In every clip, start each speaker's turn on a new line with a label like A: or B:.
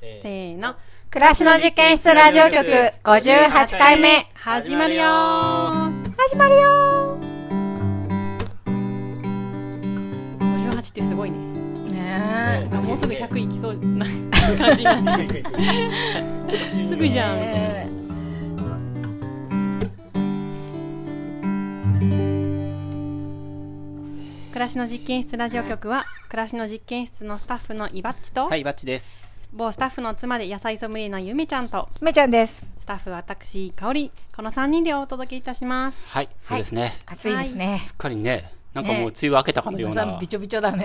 A: せーの。暮
B: らしの実験室ラジオ局58回目
A: 始まるよー
B: 始まるよ
A: !58 ってすごいね。
B: ーね
A: あもうすぐ100いきそうな感じになっちゃう。すぐじゃん。
B: え
A: 暮らしの実験室ラジオ局は、暮らしの実験室のスタッフのイバッチと、
C: はい、バッチです。
A: 某スタッフの妻で野菜ソムリエのゆめちゃんと、
B: めちゃんです
A: スタッフ私、かおり、この3人でお届けいたします。
C: はい、そうですね。
B: 暑いですね
C: すっかりね、なんかもう
B: ね
C: 梅雨明けたかのよ
B: 皆
C: う
B: さ
C: なん
B: び。ちょびち ょだね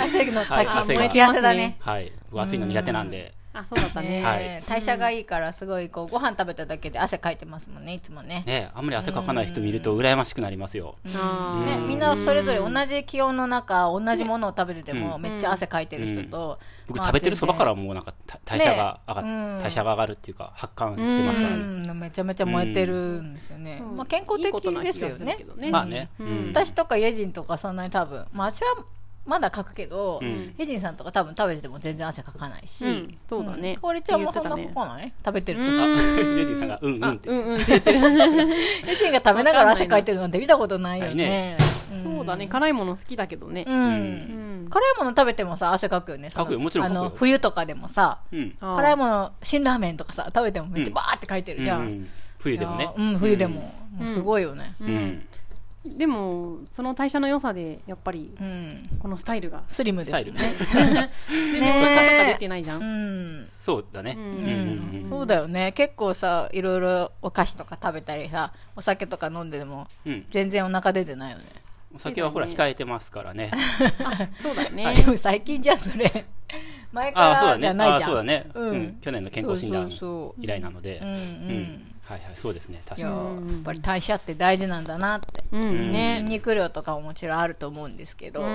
B: 汗の
C: はい
B: 滝
C: 汗が
B: 滝汗だね
C: はい、僕暑いの苦手なんで。
A: あ、そうだったね。
C: は
B: ね代謝がいいからすごいこうご飯食べただけで汗かいてますもんねいつもね
C: ね、あんまり汗かかない人見ると羨ましくなりますよ。
A: あー
B: ね、みんなそれぞれ同じ気温の中同じものを食べててもめっちゃ汗かいてる人と、
C: 僕
B: まあ
C: 食べてるそばからもうなんかた代謝が上が
B: ね
C: っ、代謝が上がるっていうか発汗してますから
B: 全
C: ね。
B: 然うんめちゃめちゃ燃えてるんですよね、まあ、健康
A: いいことな
B: 的
A: 気が
B: です
A: る
B: すよね
A: けどね。
C: まあね、うん
B: 私とかイェジンとかそんなに多分まあ私はまだ書くけど、イェジンさんとか多分食べてても全然汗かかないし、
A: うんそうだね
B: んかおりちゃんもそんなか
A: 言って
B: かない、食べてると
C: あ
B: か、
C: レジさんがうんうんって
A: う。んうんって言ってる。
B: イェジンが食べながら汗かいてるなんて見たことないよね
A: そうだね、辛いもの好きだけどね
B: う。ん、うん辛いもの食べてもさ汗かくよねその
C: かくよもちろんかくよ
B: あの冬とかでもさ
C: うん。
A: あー
B: 辛いもの辛ラーメンとかさ食べてもめっちゃバーってかいてるじゃん、
C: うん冬でも
B: い
C: ね
B: や。うん冬でも,、もうすごいよね
C: うん。
A: でも、その代謝の良さで、やっぱり、
B: うん、
A: このスタイルが。
B: スリムで
C: ス
B: す
C: タ
B: ね
C: イルね。
A: とかとか出
B: ね
A: てないじゃ。
B: うんん
C: そうだね。うんうんうん。
B: そうだよね結構さいろいろお菓子とか食べたりさお酒とか飲んでても
C: うん
B: 全然お腹出てないよね、
C: お酒はほら控えてますからね。
A: そうだよね。
B: でも最近じゃ それ前か
C: ああ、そうだ
B: らじ
C: ね。
B: ゃな
C: あ
B: い
C: あ、
B: じゃ
C: そ
B: ん
C: うだね。
B: うん
C: うん。去年の健康診断
B: そうそうそう
C: 以来なので。
B: うんうん
C: はいはい、そうですね。確
B: い
C: か
B: や
C: に。
B: やっぱり代謝って大事なんだなって、
A: うん、
B: 筋
A: ね。
B: 肉量とかももちろんあると思うんですけど、
A: うんうん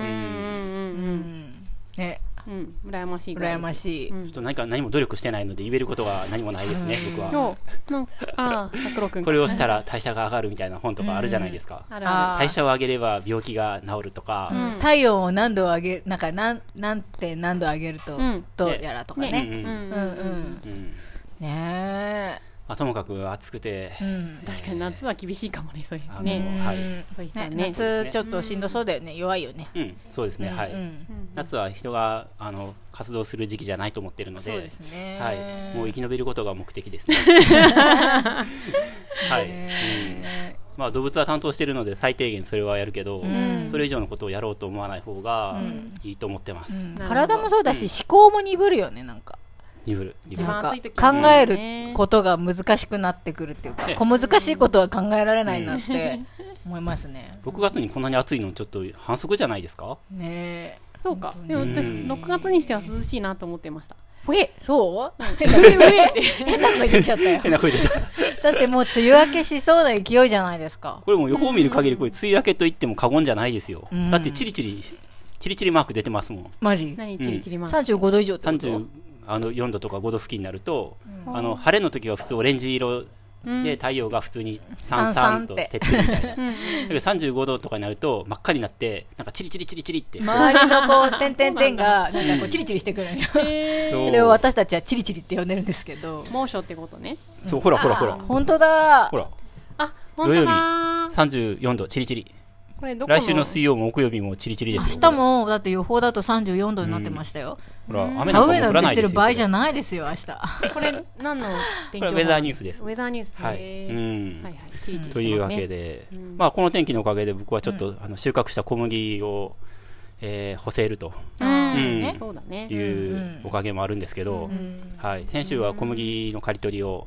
B: ね
A: うんうん。羨ましいぐらい。
B: 羨ましい、
C: ちょっと何か何も努力してないので言えることが何もないですね、僕は。
A: 今日、なんか、ああ、拓郎くん。
C: これをしたら代謝が上がるみたいな本とかあるじゃないですか。
A: あるあ
B: あ
C: 代謝を上げれば病気が治るとか、
B: 体温を何度上げるなんか何何点何度上げると、
A: ん
B: どうやらとかね
A: ね
C: うん
A: る。うん
B: うんうん
C: うん
B: ね
C: まあ、ともかく暑くて、
B: え、うん
A: 確かに夏は厳しいかもね、そうい
C: あ
A: う
C: の
A: ね。
C: はい、
A: そういった
B: ね
A: ね。
B: 夏ちょっとしんどそうだよね、弱いよね
C: うん、そうですね、はい、
B: うん
C: 夏は人があの活動する時期じゃないと思ってるので、
B: そうですね
C: はい、もう生き延びることが目的ですね。はい、うんまあ動物は担当してるので最低限それはやるけど、それ以上のことをやろうと思わない方がいいと思ってます。
A: なるほど
B: 体もそうだし、思考も鈍るよねなんか
C: ニブル、ニブル
A: まあ
B: なんか
A: 暑い時はね
B: 考えることが難しくなってくるっていうか小難しいことは考えられないなって思いますね
C: 6月にこんなに暑いのちょっと反則じゃないですか
B: ねえ
A: そうか。でも、6月にしては涼しいなと思ってました。
B: ふえそう 変な声出ちゃ ったよ
C: 変な声出た。
B: だってもう梅雨明けしそうな勢いじゃないですか
C: これもう予報見る限りこれ梅雨明けと言っても過言じゃないですよ。だってチリチリ、チリチリマーク出てますもん。
B: マジ
A: 何、チリチリマン。
B: 35度以上ってこと
C: 30あの4度とか5度付近になると、あの晴れの時は普通オレンジ色で太陽が普通にさんさんと照ってるみたいな。だけど35度とかになると真っ赤になって、なんかチリチリチリチリって。
B: 周りの こう点々点がなんかこうチリチリしてくるんよ
C: そう
B: それを私たちはチリチリって呼んでるんですけど
A: 猛暑ってことね。
C: そう、ほらほらほら。
B: 本当だ
C: ほら。
A: あ、本当だー。
C: 34度、チリチリ。
A: これどこ
C: 来週の水曜も木曜日もチリチリですよ。
B: 明日もだって予報だと34度になってましたよ
C: ほら、雨
B: 田
C: の子
B: 植え
C: も降
B: なんて
C: らな
B: し
C: い
B: て
C: で
B: る
C: すよ。
B: 場合じゃないですよ明日
A: これ何の天
C: こ
A: 気
C: れウェザーニュースです
A: ウ。ェザーニュース
C: はい。
A: へ
C: う
A: ー
C: ん。
A: はいはいチリチリしてますね
C: というわけで、まあこの天気のおかげで僕はちょっと、あの収穫した小麦を、えー干せると
A: あー
C: うん
A: ねそうだね
C: いうおかげもあるんですけど、はい、先週は小麦の刈り取りを、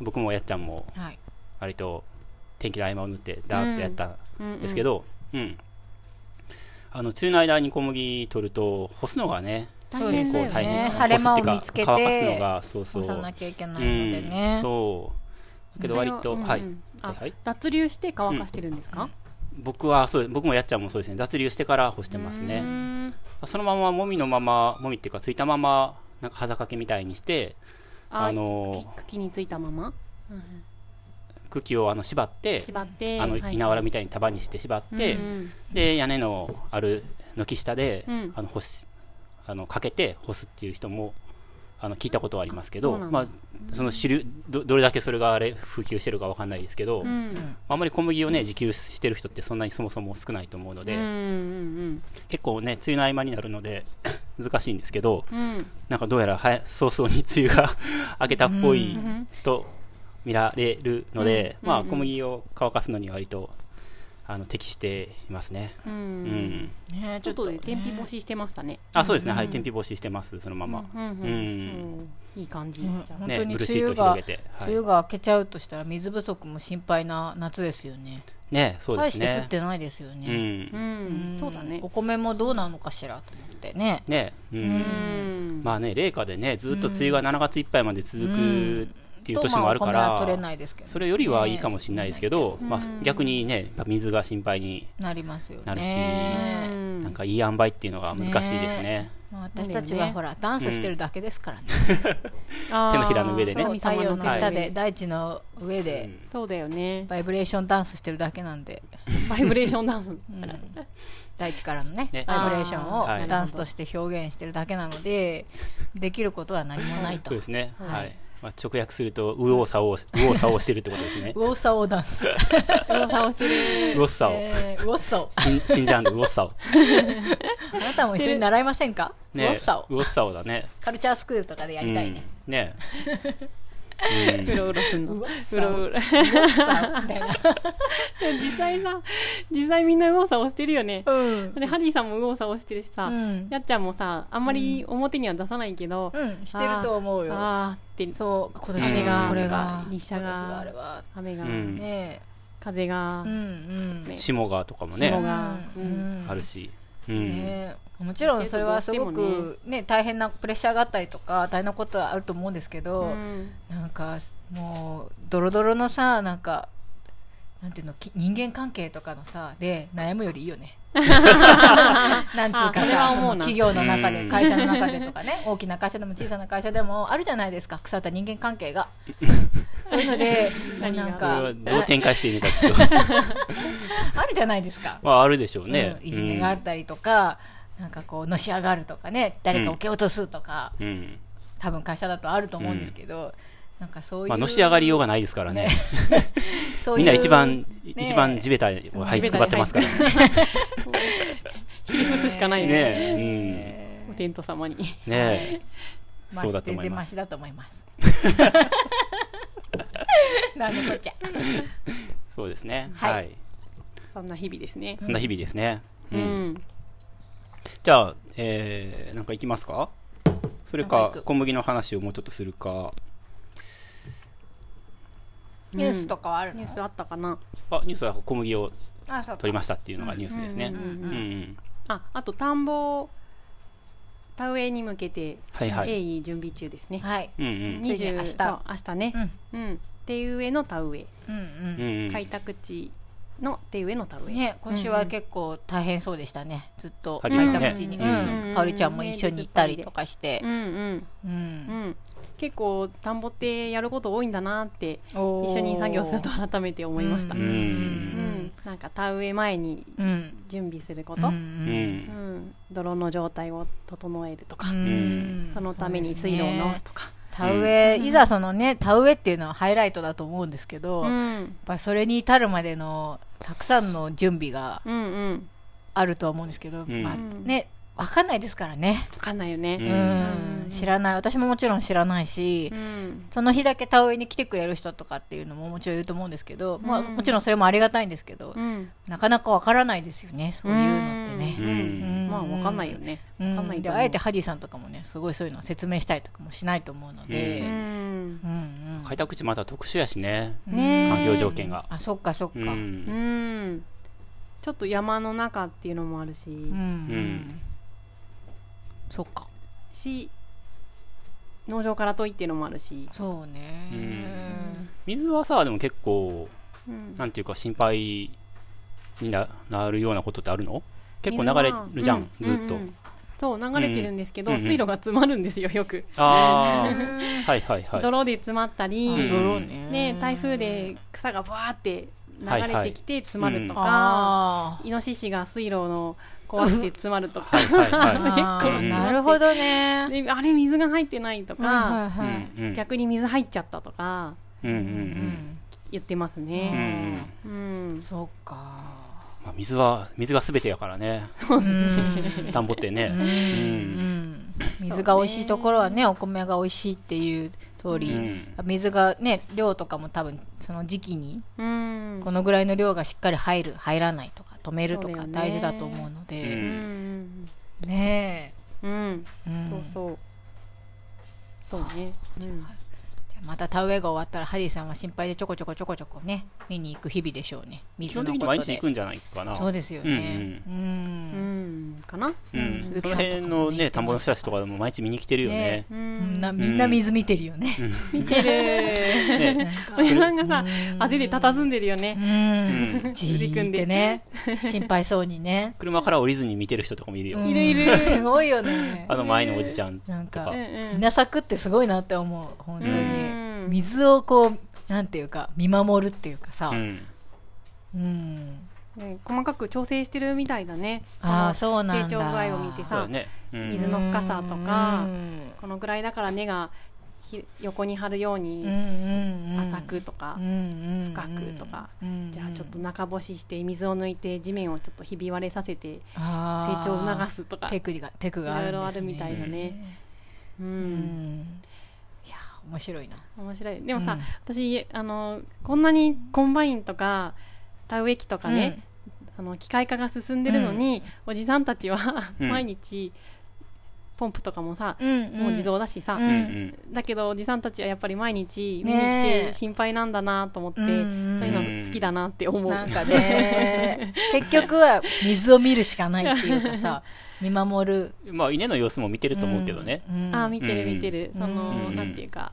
C: 僕もやっちゃんも
B: はい
C: 割と天気の合間を縫ってダーッとやったんですけど、うんあの梅雨の間に小麦取ると干すのがね
B: そうです
C: 結
B: よ
C: 構大
B: ね
C: 変、
B: 晴れ間を見つけて
C: 干すっていうか乾かすのがそう
B: 干
C: そ
B: さ
C: う
B: なきゃいけない
C: うん
B: のでね
C: そうだけど割と、
A: うんうん
C: はい、
A: あ
C: はいはい
A: 脱流して乾かしてるんですか
C: 僕はそう僕もやっちゃんもそうですね脱流してから干してますね
A: うん
C: そのままもみのままもみっていうかついたままなんか肌掛けみたいにしてあ
A: あ
C: の
A: 茎についたまま
C: 茎をあの縛って
A: 縛って
C: あの
A: はい
C: 稲わらみたいに束にして縛って、
A: うん
C: で屋根のある軒下で、
A: うん
C: あの干しあのかけて干すっていう人もあの聞いたことはありますけ
A: そ
C: ど、
A: うなん
C: まあ、その主流どどれだけそれがあれ普及してるかわかんないですけど、
A: うん
C: あんまり小麦をね自給してる人ってそんなにそもそも少ないと思うので、
A: うんうん
C: 結構ね梅雨の合間になるので 難しいんですけど
A: うんうん
C: なんかどうやら早早々に梅雨が 明けたっぽい
A: うん
C: と見られるので、
A: うん
C: まあ、
A: うん
C: 小麦を乾かすのには割とあの適していますね。
A: う
C: うんん、
B: ねえ
A: ちょっとね天日干
B: し
A: ししてましたね
C: あそうですね、は
B: う
C: い
B: ん
C: 天日干ししてますそのまま、
A: うんうんうんいい感じ
B: ね本
C: ね
B: 当に
C: ブル
B: 梅
C: ーシート
B: 雨
C: を広
B: が
C: げて、はい
B: 梅雨が明けちゃうとしたら水不足も心配な夏ですよね
C: ねそうで
B: 大
C: す
B: して降っ
C: ね
B: てないですよ
C: う
B: ね、
C: ん
A: うん
B: ん
A: そうだね
B: お米もどうなのかしらと思ってね
C: ねうん
A: うん
C: まあね冷夏でねずっと梅雨が7月いっぱいまで続くっていう年もあるか
B: とまあお米
C: ら、
B: は取れないですけど
C: それよりはいいかもしれないですけど、まあ、逆にねやっぱ水が心配に
B: なりますよね
C: なるし
A: うん
C: なんかいい塩梅っていうのが難しいですね
B: まあ、私たちはほら、ダンスしてるだけですからね、
A: あー
C: 手のひらの上でね
B: そう
A: 神
B: 太
A: 様
B: 陽の下で、
A: はい
B: 大地の上で
A: そうだよね
B: バイブレーションダンスしてるだけなんで、
A: バイブレーションダウン
B: うん大地からのね
C: ね
B: バイブレーショ
C: あーは
B: ン
C: い
B: をダンスとして表現してるだけなのでできることは何もないと
C: そうですねはい、
B: はい
C: まあ、直訳すると右往左 往し右往左往してるってことですね
B: ウォッサオダンス、
A: 噂をする
C: 右往左往
B: えー、ウォッサオ
C: 新新ジャンル右往左 往
B: あなたも一緒に習いませんか、
C: ね
B: ウォッサオ
C: 右往左往だね
B: カルチャースクールとかでやりたいね、
C: うん、ね うん
A: うろうろすんの
B: うわ
A: うろうろ
B: ウォッサオみたいな、
A: 実際さ実際みんな右往左往してるよね
B: うん
A: でハリーさんも右往左往してるしさ、
B: うん
A: やっちゃんもさあんまり表には出さないけど、
B: うん、してると思うよ
A: ああって
B: そう
C: 雨
B: 今年
C: が
B: がこれが
A: 日射が
B: 今年はあれは
A: 雨が、
C: うん
B: ね
A: 風が、
B: えうんうん
A: ね
C: 下川とかも
A: 霜
C: ね
A: が
B: う
A: うん
B: ん
C: あるし、うん
B: ねえもちろんそれはすごくね大変なプレッシャーがあったりとか大変なことはあると思うんですけ
A: う
B: ど
A: ん
B: なんかもうドロドロのさなんかなんていうのき人間関係とかのさで悩むよりいいよ ねなんつう
A: あ
B: か
A: それは
B: さ
A: 思うな
B: 企業の中
C: う
B: で
C: ん
B: 会社の中でとかね大きな会社でも小さな会社でもあるじゃないですか腐った人間関係 がそういうのでもうなん
C: これ
B: か
C: はどう展開していいのかちょっ と
B: あるじゃないですか
C: まああるでしょうね、
B: うんいじめがあったりとか、なんかこうのし上がるとかね誰かを蹴落とすとか、
C: うん、うん
B: 多分会社だとあると思うんですけど、なんかそういう、
C: まあのし上がりようがないですからね
B: そう
C: み
B: いう
C: んな一番、
B: え
C: 一番地べたを這いつくばってますからね。
A: ひり伏すしかないよ
C: ね
A: ね
C: え、
A: お天道様に
C: うん。ねえ、
B: まあ
C: そうだと思いま
B: 全然マ
C: す。
B: シだと思います なんのこっちゃ
C: そうですね。
B: はい
C: はい。
A: そんな日々ですね
C: そんな日々ですね。
A: う、
C: うんん。じゃあ、えー、なんか行きますかそれ
B: なん
C: か
B: か行、く
C: 小麦の話をもうちょっとするか。
B: ニュースとかはあるの、
A: ニュースあったかな
C: あ、ニュースは小麦を
B: あそうか
C: 取りましたっていうのがニュースですね
A: う。ん
C: うんうん。
A: ああと田んぼを田植えに向けて
C: はいはい
A: 鋭意準備中ですね、
B: はい
C: うんうん。
B: ついに
A: 20
B: 明日
A: そう明日ねうん、手植えの田植え、
B: うん
C: うんうん。
A: 開拓地の手植えの田
B: う
A: 植
B: ん
A: え、
B: ね今週は結構大変そうでしたねずっと
C: か
B: 開
C: おりちゃんね
B: 拓地に、
C: うん
B: うん、かおりちゃんも一緒に行ったりとかして
A: うんうん
B: う
A: う
B: ん
A: ん結構田んぼってやること多いんだなって
B: おー
A: 一緒に作業すると改めて思いました、
B: う
A: うんん
B: うん
A: なんか田植え前に
B: うん
A: 準備するこ
B: う
A: と、うん
B: ん
C: うん。
A: 泥の状態を整えるとか、
B: うん
A: そのために水路を直すとか、
B: 田植え、いざそのね田植えっていうのはハイライトだと思うんですけど、
A: う
B: やっ
A: ん、
B: ぱりそれに至るまでのたくさんの準備が
A: うんうん
B: あるとは思うんですけど、
C: ん
B: まあ
A: うん
B: ね分かんないですからね、
A: 分かんないよ
C: う
A: ね、
B: うん知らない私ももちろん知らないし、
A: うん
B: その日だけ田植えに来てくれる人とかっていうのももちろんいると思うんですけど、まあ、
A: うん
B: もちろんそれもありがたいんですけど、
A: うん
B: なかなか分からないですよねそういうのってね。
C: うん
B: うん
A: まあ分かんないよね分かんな
B: う
A: い
B: んで
A: と
B: あ
A: 思う
B: えてハディさんとかもねすごいそういうのを説明したりとかもしないと思うので、
A: うん
B: うん
C: 開拓地また特殊やしね。
A: ねえ
C: 環境条件が。
B: あそっかそっか、
C: う。
B: うん
A: うんんちょっと山の中っていうのもあるし、
B: ん
C: うん
B: そっか
A: し農場から遠いっていうのもあるし、
B: そうね、
C: 水はさ、でも結構、
A: うん
C: なんていうか心配にななるようなことってあるの結構
A: 水
C: 流
A: は
C: れるじゃん、
A: う
C: ずっと。
A: うんうんそう流れてるんですけど、
C: うんうん
A: 水路が詰まるんですよよく、
C: ああ、はいはいはい。
A: 泥で詰まったり、
C: うん
B: ドローンね
A: ね、台風で草がバーって流れてきて詰まるとか、
B: ああ
A: イノシシが水路の壊して詰まる とか
C: はいはい は
B: あ
C: 結
B: ー
C: 構
B: なるほどね。
A: であれ水が入ってないと
B: は
A: か
B: いはい
C: い。
B: はい。
C: うんうん
A: 逆に水入っちゃったとか
C: うんうんう
B: うんん
A: 言ってます
C: うんう
A: ね。
C: ん
A: うん、
B: そっか。
C: まあ水は水がすべてやからね
B: うん
C: 田んぼってね
B: うん水が美味しいところはねお米が美味しいっていう通
C: う
B: り、
C: ん
B: 水がね量とかも多分その時期に
A: うん
B: このぐらいの量がしっかり入る入らないとか止めると
A: そうだ
B: か
A: よね
B: 大事だと思うの
C: う
A: う
B: で、
C: ん
A: ん
B: ね
A: うん、
B: え、うん
A: そうそう。そうね。うん
B: じゃあまた田植えが終わったらハリーさんは心配でちょこちょこちょこちょこね見に行く日々でしょうね
C: 基
B: 水
C: 本
B: の
C: 的に
B: こ
C: 毎
B: と
C: 日
B: で
C: 行くんじゃないかな
B: そうですよねうん、
A: うん、かな。
C: うんそ
B: 鈴
C: の
B: 木さんとかもね
C: 辺のね田んぼの人たちとかでも毎日見に来てるよね
A: う
B: みん
A: ん、
B: なみんな水見てるよね、
A: 見てる。
C: ね
A: おじさんがさ、汗で佇んでるよね。
B: うん
C: う
B: じーってね心配そうにね
C: 車から降りずに見てる人とかもいるよ
B: うん
A: いるいる
B: すごいよね
C: あの前のおじちゃん
B: なん
C: と
B: か
C: か
A: うんうん。
B: 稲作ってすごいなって思う本当に
A: うん
B: 水をこうなんていうか見守るっていうかさ
C: うん
B: うん
A: うん細かく調整してるみたいだね。
B: ああそう
A: 成
B: なんだ
A: 長具合を見
C: そう
A: て
C: だ
A: さ、
C: ねうん
A: 水の深さとか
B: うん
A: このぐらいだから根がひ横に張るよう
B: うんう
A: に
B: んうん
A: 浅くとか
B: うん、うんうん
A: 深くとか
B: うんうん
A: じゃあちょっと中干しして水を抜いて地面をちょっとひび割れさせて成
B: あー
A: 長を促すとか、
B: テクニがテク
A: い
B: があ
A: ろ
B: る
A: い
B: んです
A: ろある
B: ね
A: みたいだね。う
B: うん
A: ん、
B: いやー面白いな
A: 面白い。でもさ、
B: うん
A: 私あのこんなにコンバインとか田植え機とかね、あの機械化が進んでるのに、おじさんたちは
C: うん
A: 毎日ポンプとかもさ、
B: うんん
A: もう自動だしさ、
B: う
C: うん
B: ん
C: うん
A: だけどおじさんたちはやっぱり毎日見に
B: ね
A: 来
B: え
A: て心配なんだなと思って、
B: うんうん
A: そういうの好きだなって思う。
B: なんかね結局は水を見るしかないっていうかさ見守る
C: まあ稲の様子も見てると思うけどね
B: うん
A: あー見てる見てる、
B: うん
A: その、
C: うん
A: なんていうか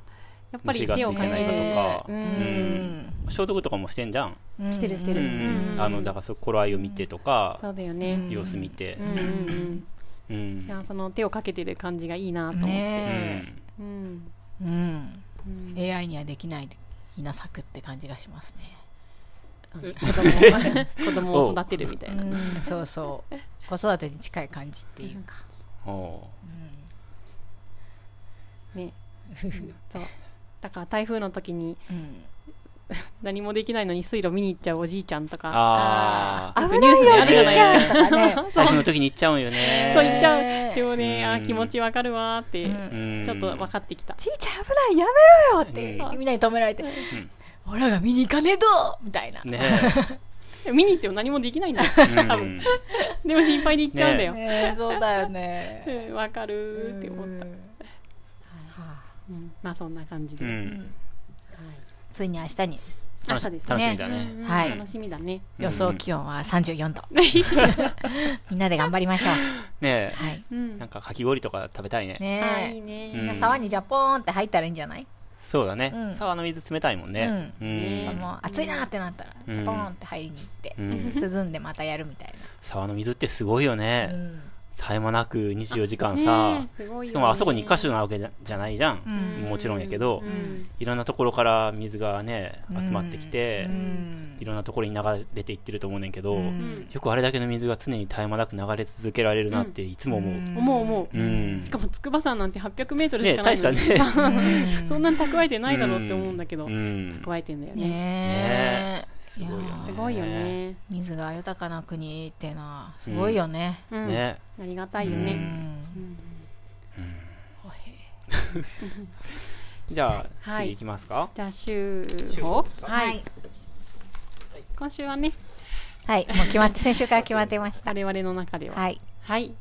A: やっぱり
C: 虫がつ
A: 手を
C: い
A: か
C: て
A: け
C: ない
A: て
C: かとか
A: う
B: うん
A: ん、
C: 消毒とかもしてんじゃん
B: うん
A: してるしてる
C: う
A: うん
C: ん
A: うん
C: あのだからそこ頃合いを見てとか
A: そうだよね。
C: 様子見て
A: うんうんうん
C: うん
A: いやその手をかけてる感じがいいなと思って。
B: ね
A: うん
B: え、うん
A: うん、
B: AI にはできない稲作って感じがしますね、
A: 子供を子供を育てるみたいな。
B: うん、そうそう子育てに近い感じっていうか
C: うんお
A: ね、
B: ふふ
A: そうだから台風の時に
B: うん
A: 何もできないのに水路見に行っちゃうおじいちゃんと
C: ー
A: か。
C: ああ
B: ー危ないよ
C: ニュースで
B: じ
C: や
B: い
C: る
B: ち
C: じゃ
B: ゃ
C: ない
B: んとかね
C: 台風の時に行っちゃうんよね
A: そう
B: えー
A: 言っちゃう。でもね、
C: うん
A: あー気持ちわかるわーって、
C: うん
A: ちょっと分かってきた。
B: じいちゃん危ないやめろよっ
A: う
B: て、
A: ん
B: みんなに止められて、俺らが見に行かねえとみたいな、
C: ね
A: 見に行っても何もできないんだよ。
C: え
A: 多
C: うん
A: 分でも心配で行っちゃうんだよ。うん
B: ねえそうだよね
A: わ、かるーって思った。
B: うんはあ
A: うんまあそんな感じ
C: う
A: で。はい
C: ん
B: ついに明日に
A: 明
C: 楽し
A: 日です
C: 楽しみ
A: ね。
C: だね
A: うんうん
B: はい
A: 楽しみだね。
B: 予想気温は34度、みんなで頑張りましょう
C: ね
B: はい
A: うん
C: えなんかかき氷とか食べたいね
B: ね
A: あーい
B: え
A: いね。
C: う
B: みん
C: ん
B: な沢にじゃポーンって入ったらいいんじゃない、
C: そうだ
B: う
C: ね
B: ん
C: 沢の水冷たいもんねう
A: うん
B: もう暑いなってなったら
C: うん
B: ジャポーンって入りに行って
C: う、ん
B: 涼んでまたやるみたい
C: 沢の水ってすごいよ
B: な、う
C: ね
B: ん
C: 絶え間なく24時間さ
A: ねえすごいよね
C: しかもあそこに一箇所なわけじゃじゃないじゃん
B: うん
C: もちろんやけど
A: うん
C: いろんなところから水がね集まってきて
B: うん
C: いろんなところに流れていってると思うねんけど
B: うん
A: うん
C: よくあれだけの水が常に絶え間なく流れ続けられるなっていつも思う
A: 思う思
C: う
A: う、
C: ん
A: しかも筑波山なんて8 0 0ルし
C: ね
A: かない
C: 大した
A: の
C: ね
A: にそんなに蓄えてないだろうって思うんだけど、
C: うん
A: 蓄えてんだよね
B: ねえ
C: すごいよね
B: やあ
A: すごいよね、
B: 水が豊かな国ってのはすごいよね、
A: うん
C: ね
A: ありがたいよ
B: う
A: ね、
B: ん
A: うん
B: ほへ
C: じゃあ、
A: はい
C: 次いきますか。
A: じゃあ週
C: 週報
A: 報
C: ですか
A: はい、今週はね
B: はいもう決まって先週から決まってました
A: 我々の中では
B: はい
A: はい